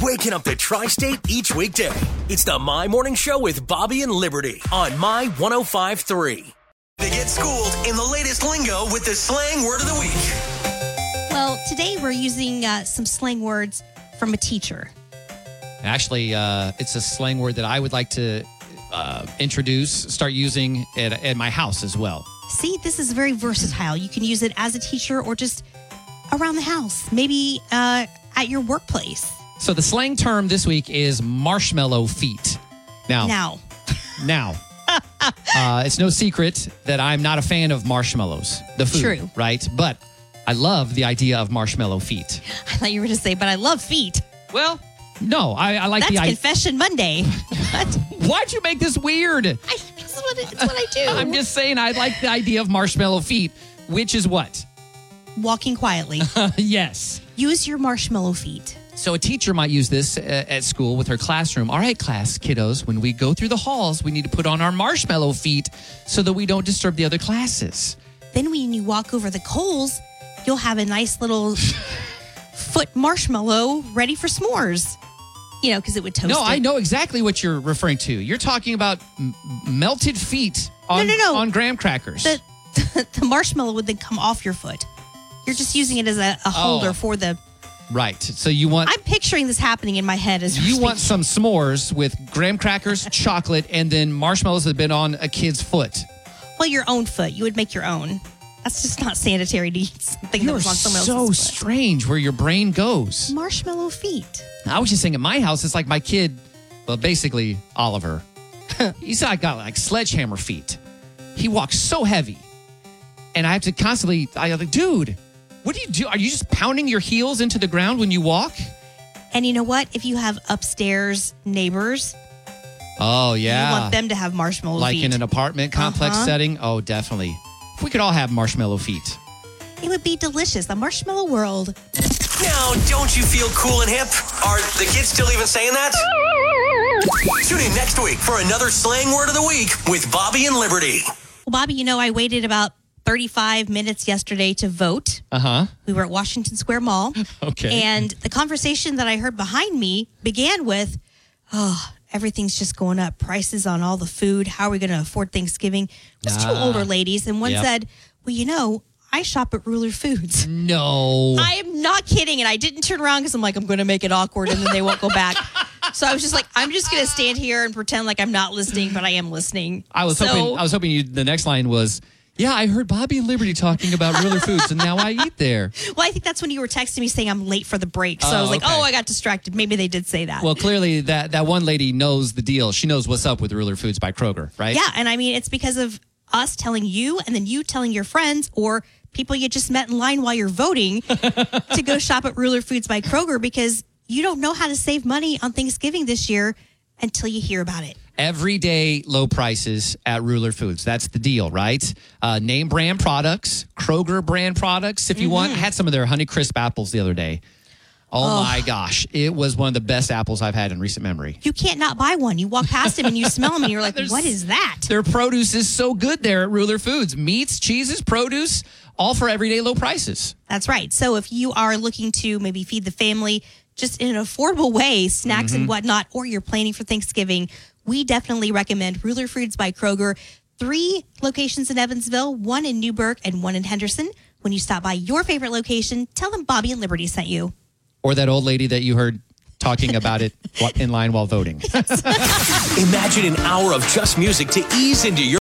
waking up the tri state each weekday. It's the My Morning Show with Bobby and Liberty on My 1053. To get schooled in the latest lingo with the slang word of the week. Well, today we're using uh, some slang words from a teacher. Actually, uh, it's a slang word that I would like to uh, introduce, start using at, at my house as well. See, this is very versatile. You can use it as a teacher or just around the house, maybe uh, at your workplace. So the slang term this week is marshmallow feet. Now, Now, now, uh, it's no secret that I'm not a fan of marshmallows, the food, True. right? But I love the idea of marshmallow feet. I thought you were going to say, but I love feet. Well, no, I, I like That's the idea. Confession Monday. That's Why'd you make this weird? I, that's what, it's what I do. I'm just saying I like the idea of marshmallow feet, which is what? walking quietly. yes. Use your marshmallow feet. So a teacher might use this uh, at school with her classroom. All right, class, kiddos, when we go through the halls, we need to put on our marshmallow feet so that we don't disturb the other classes. Then when you walk over the coals, you'll have a nice little foot marshmallow ready for s'mores. You know, because it would toast. No, it. I know exactly what you're referring to. You're talking about m- melted feet on no, no. on graham crackers. the, the marshmallow would then come off your foot. You're just using it as a, a holder Oh. for the. right. So you want I'm picturing this happening in my head as we're you want speaking. some s'mores with graham crackers, chocolate, and then marshmallows that have been on a kid's foot. well your own foot. You would make your own. That's just not sanitary to eat something that You're was on someone so else's foot. strange where your brain goes. Marshmallow feet. I was just saying, at my house, it's like my kid, well, basically Oliver. He's like got like sledgehammer feet. He walks so heavy, and I have to constantly. I like, dude, what do you do? Are you just pounding your heels into the ground when you walk? And you know what? If you have upstairs neighbors, Oh you yeah, want them to have marshmallow like feet. in an apartment complex Uh-huh. setting. Oh, definitely. If we could all have marshmallow feet. it would be delicious. The marshmallow world. Now, don't you feel cool and hip? Are the kids still even saying that? Tune in next week for another slang word of the week with Bobby and Liberty. Well, Bobby, you know, I waited about 35 minutes yesterday to vote. Uh huh. We were at Washington Square Mall. Okay. And the conversation that I heard behind me began with, oh, everything's just going up. Prices on all the food. How are we going to afford Thanksgiving? It was two Ah. older ladies. And one Yep. Mm. said, well, you know, I shop at Ruler Foods. No. I am not kidding. And I didn't turn around because I'm like, I'm going to make it awkward and then they won't go back. So I was just like, I'm just going to stand here and pretend like I'm not listening, but I am listening. I was so, hoping I was hoping you the next line was, yeah, I heard Bobby and Liberty talking about Ruler Foods and now I eat there. Well, I think that's when you were texting me saying I'm late for the break. So I Oh, was like, okay. oh, I got distracted. Maybe they did say that. Well, clearly that that one lady knows the deal. She knows what's up with Ruler Foods by Kroger, right? yeah. And I mean, it's because of us telling you and then you telling your friends or people you just met in line while you're voting to go shop at Ruler Foods by Kroger because you don't know how to save money on Thanksgiving this year until you hear about it. Everyday low prices at Ruler Foods. That's the deal, right? Uh, name brand products, Kroger brand products. If you want, I had some of their Honey Crisp apples the other day. Oh, my gosh, it was one of the best apples I've had in recent memory. You can't not buy one. You walk past them and you smell them and you're like, what is that? Their produce is so good there at Ruler Foods. Meats, cheeses, produce, all for everyday low prices. That's right. So if you are looking to maybe feed the family just in an affordable way, snacks and whatnot, or you're planning for Thanksgiving, we definitely recommend Ruler Foods by Kroger. Three locations in Evansville, one in Newburgh, and one in Henderson. When you stop by your favorite location, tell them Bobby and Liberty sent you. Or that old lady that you heard talking about it wa- in line while voting. Imagine an hour of just music to ease into your